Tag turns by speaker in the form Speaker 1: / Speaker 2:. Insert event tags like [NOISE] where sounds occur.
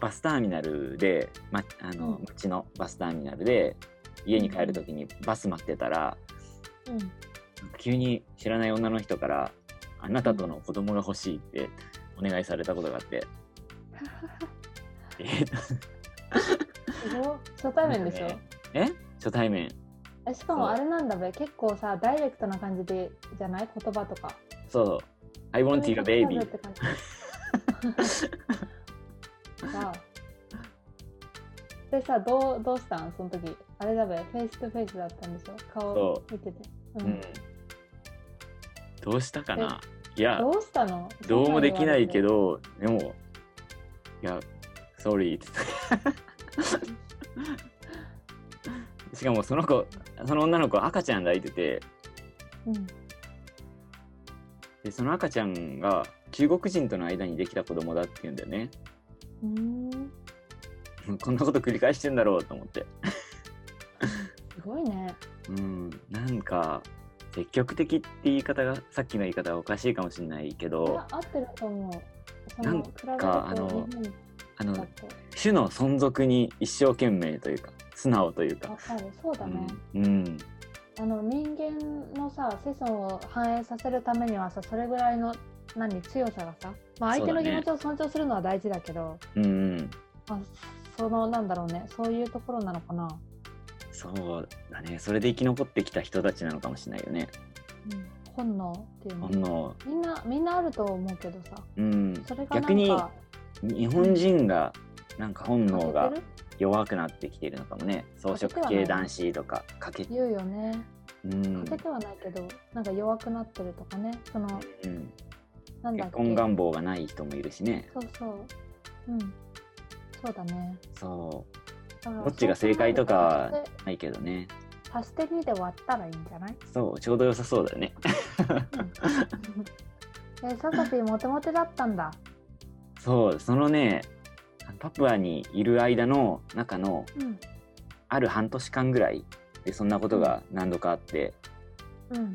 Speaker 1: バスターミナルで、ま、あの
Speaker 2: うん
Speaker 1: 町のバスターミナルで家に帰る時にバス待ってたら
Speaker 2: うん
Speaker 1: 急に知らない女の人から「あなたとの子供が欲しい」ってお願いされたことがあ
Speaker 2: [LAUGHS]
Speaker 1: ってえ [LAUGHS]
Speaker 2: すごい初対面でしょ、
Speaker 1: え初対面
Speaker 2: えしか
Speaker 1: そ
Speaker 2: も
Speaker 1: う
Speaker 2: あれなんだべ結構さダイレクトな感じでじゃない言葉とか
Speaker 1: そう「I want you
Speaker 2: ベイビ
Speaker 1: baby
Speaker 2: ーって感
Speaker 1: [LAUGHS]
Speaker 2: じわおでさどうどうしたんその時あれだべフェイスとフェイスだったんでしょ顔
Speaker 1: そ
Speaker 2: 見てて」
Speaker 1: う
Speaker 2: う
Speaker 1: ん
Speaker 2: ん、
Speaker 1: どうしたかないや
Speaker 2: どうしたの
Speaker 1: どうもできないけ
Speaker 2: ど
Speaker 1: どでも「いや sorry」って [LAUGHS] しかもその子その女の子赤ちゃん抱いてて
Speaker 2: うん
Speaker 1: でその赤ちゃんが中国人との間にできた子供だっていうんだよね [LAUGHS]
Speaker 2: うーん
Speaker 1: こんなこと繰り返してんだろうと思って
Speaker 2: すごいね
Speaker 1: うんなんか積極的って言い方がさっきの言い方がおかしいかもしれないけ
Speaker 2: い
Speaker 1: ど
Speaker 2: や合ってると思うそ
Speaker 1: なん
Speaker 2: の
Speaker 1: か
Speaker 2: 比べると
Speaker 1: あのあ
Speaker 2: 日本だ
Speaker 1: の
Speaker 2: と
Speaker 1: 種の存続に一生懸命というか素直という
Speaker 2: わ
Speaker 1: か、
Speaker 2: かるそうだね、
Speaker 1: うん、うん
Speaker 2: あの人間のさ子孫を反映させるためにはさそれぐらいの何強さがさ、まあ、相手の
Speaker 1: そうだ
Speaker 2: 気
Speaker 1: ね
Speaker 2: 持ちを尊重するのは大事だけど
Speaker 1: うんうん
Speaker 2: そ,、まあ、そのなんだろうねそういうところなのかな、
Speaker 1: そうだねそれで生き残ってきた人たちなのかもしれないよね
Speaker 2: 本能っていうの
Speaker 1: あの
Speaker 2: みんなみんなあると思うけどさ
Speaker 1: うん
Speaker 2: それがなんか
Speaker 1: 逆に日本人がなんか本能が
Speaker 2: 欠けてる
Speaker 1: 弱くなってきてるのかもね草食系男子とかかけ
Speaker 2: 言うよね
Speaker 1: うん
Speaker 2: 欠けてはないけど、なんか弱くなってるとかねその
Speaker 1: うん、
Speaker 2: なんだっ
Speaker 1: 結
Speaker 2: け
Speaker 1: 婚願望がない人もいるしね
Speaker 2: そうそううんそうだね
Speaker 1: そ
Speaker 2: だから
Speaker 1: どっちが正解とかうないけどね
Speaker 2: 足して2で割ったらいいんじゃない
Speaker 1: そうちょうど良さそうだよね [LAUGHS]
Speaker 2: [LAUGHS] えー、サカピーモテモテだったんだ。
Speaker 1: そうそのねパプアにいる間の中の
Speaker 2: うん。
Speaker 1: ある半年間ぐらいでそんなことが何度かあって
Speaker 2: うん。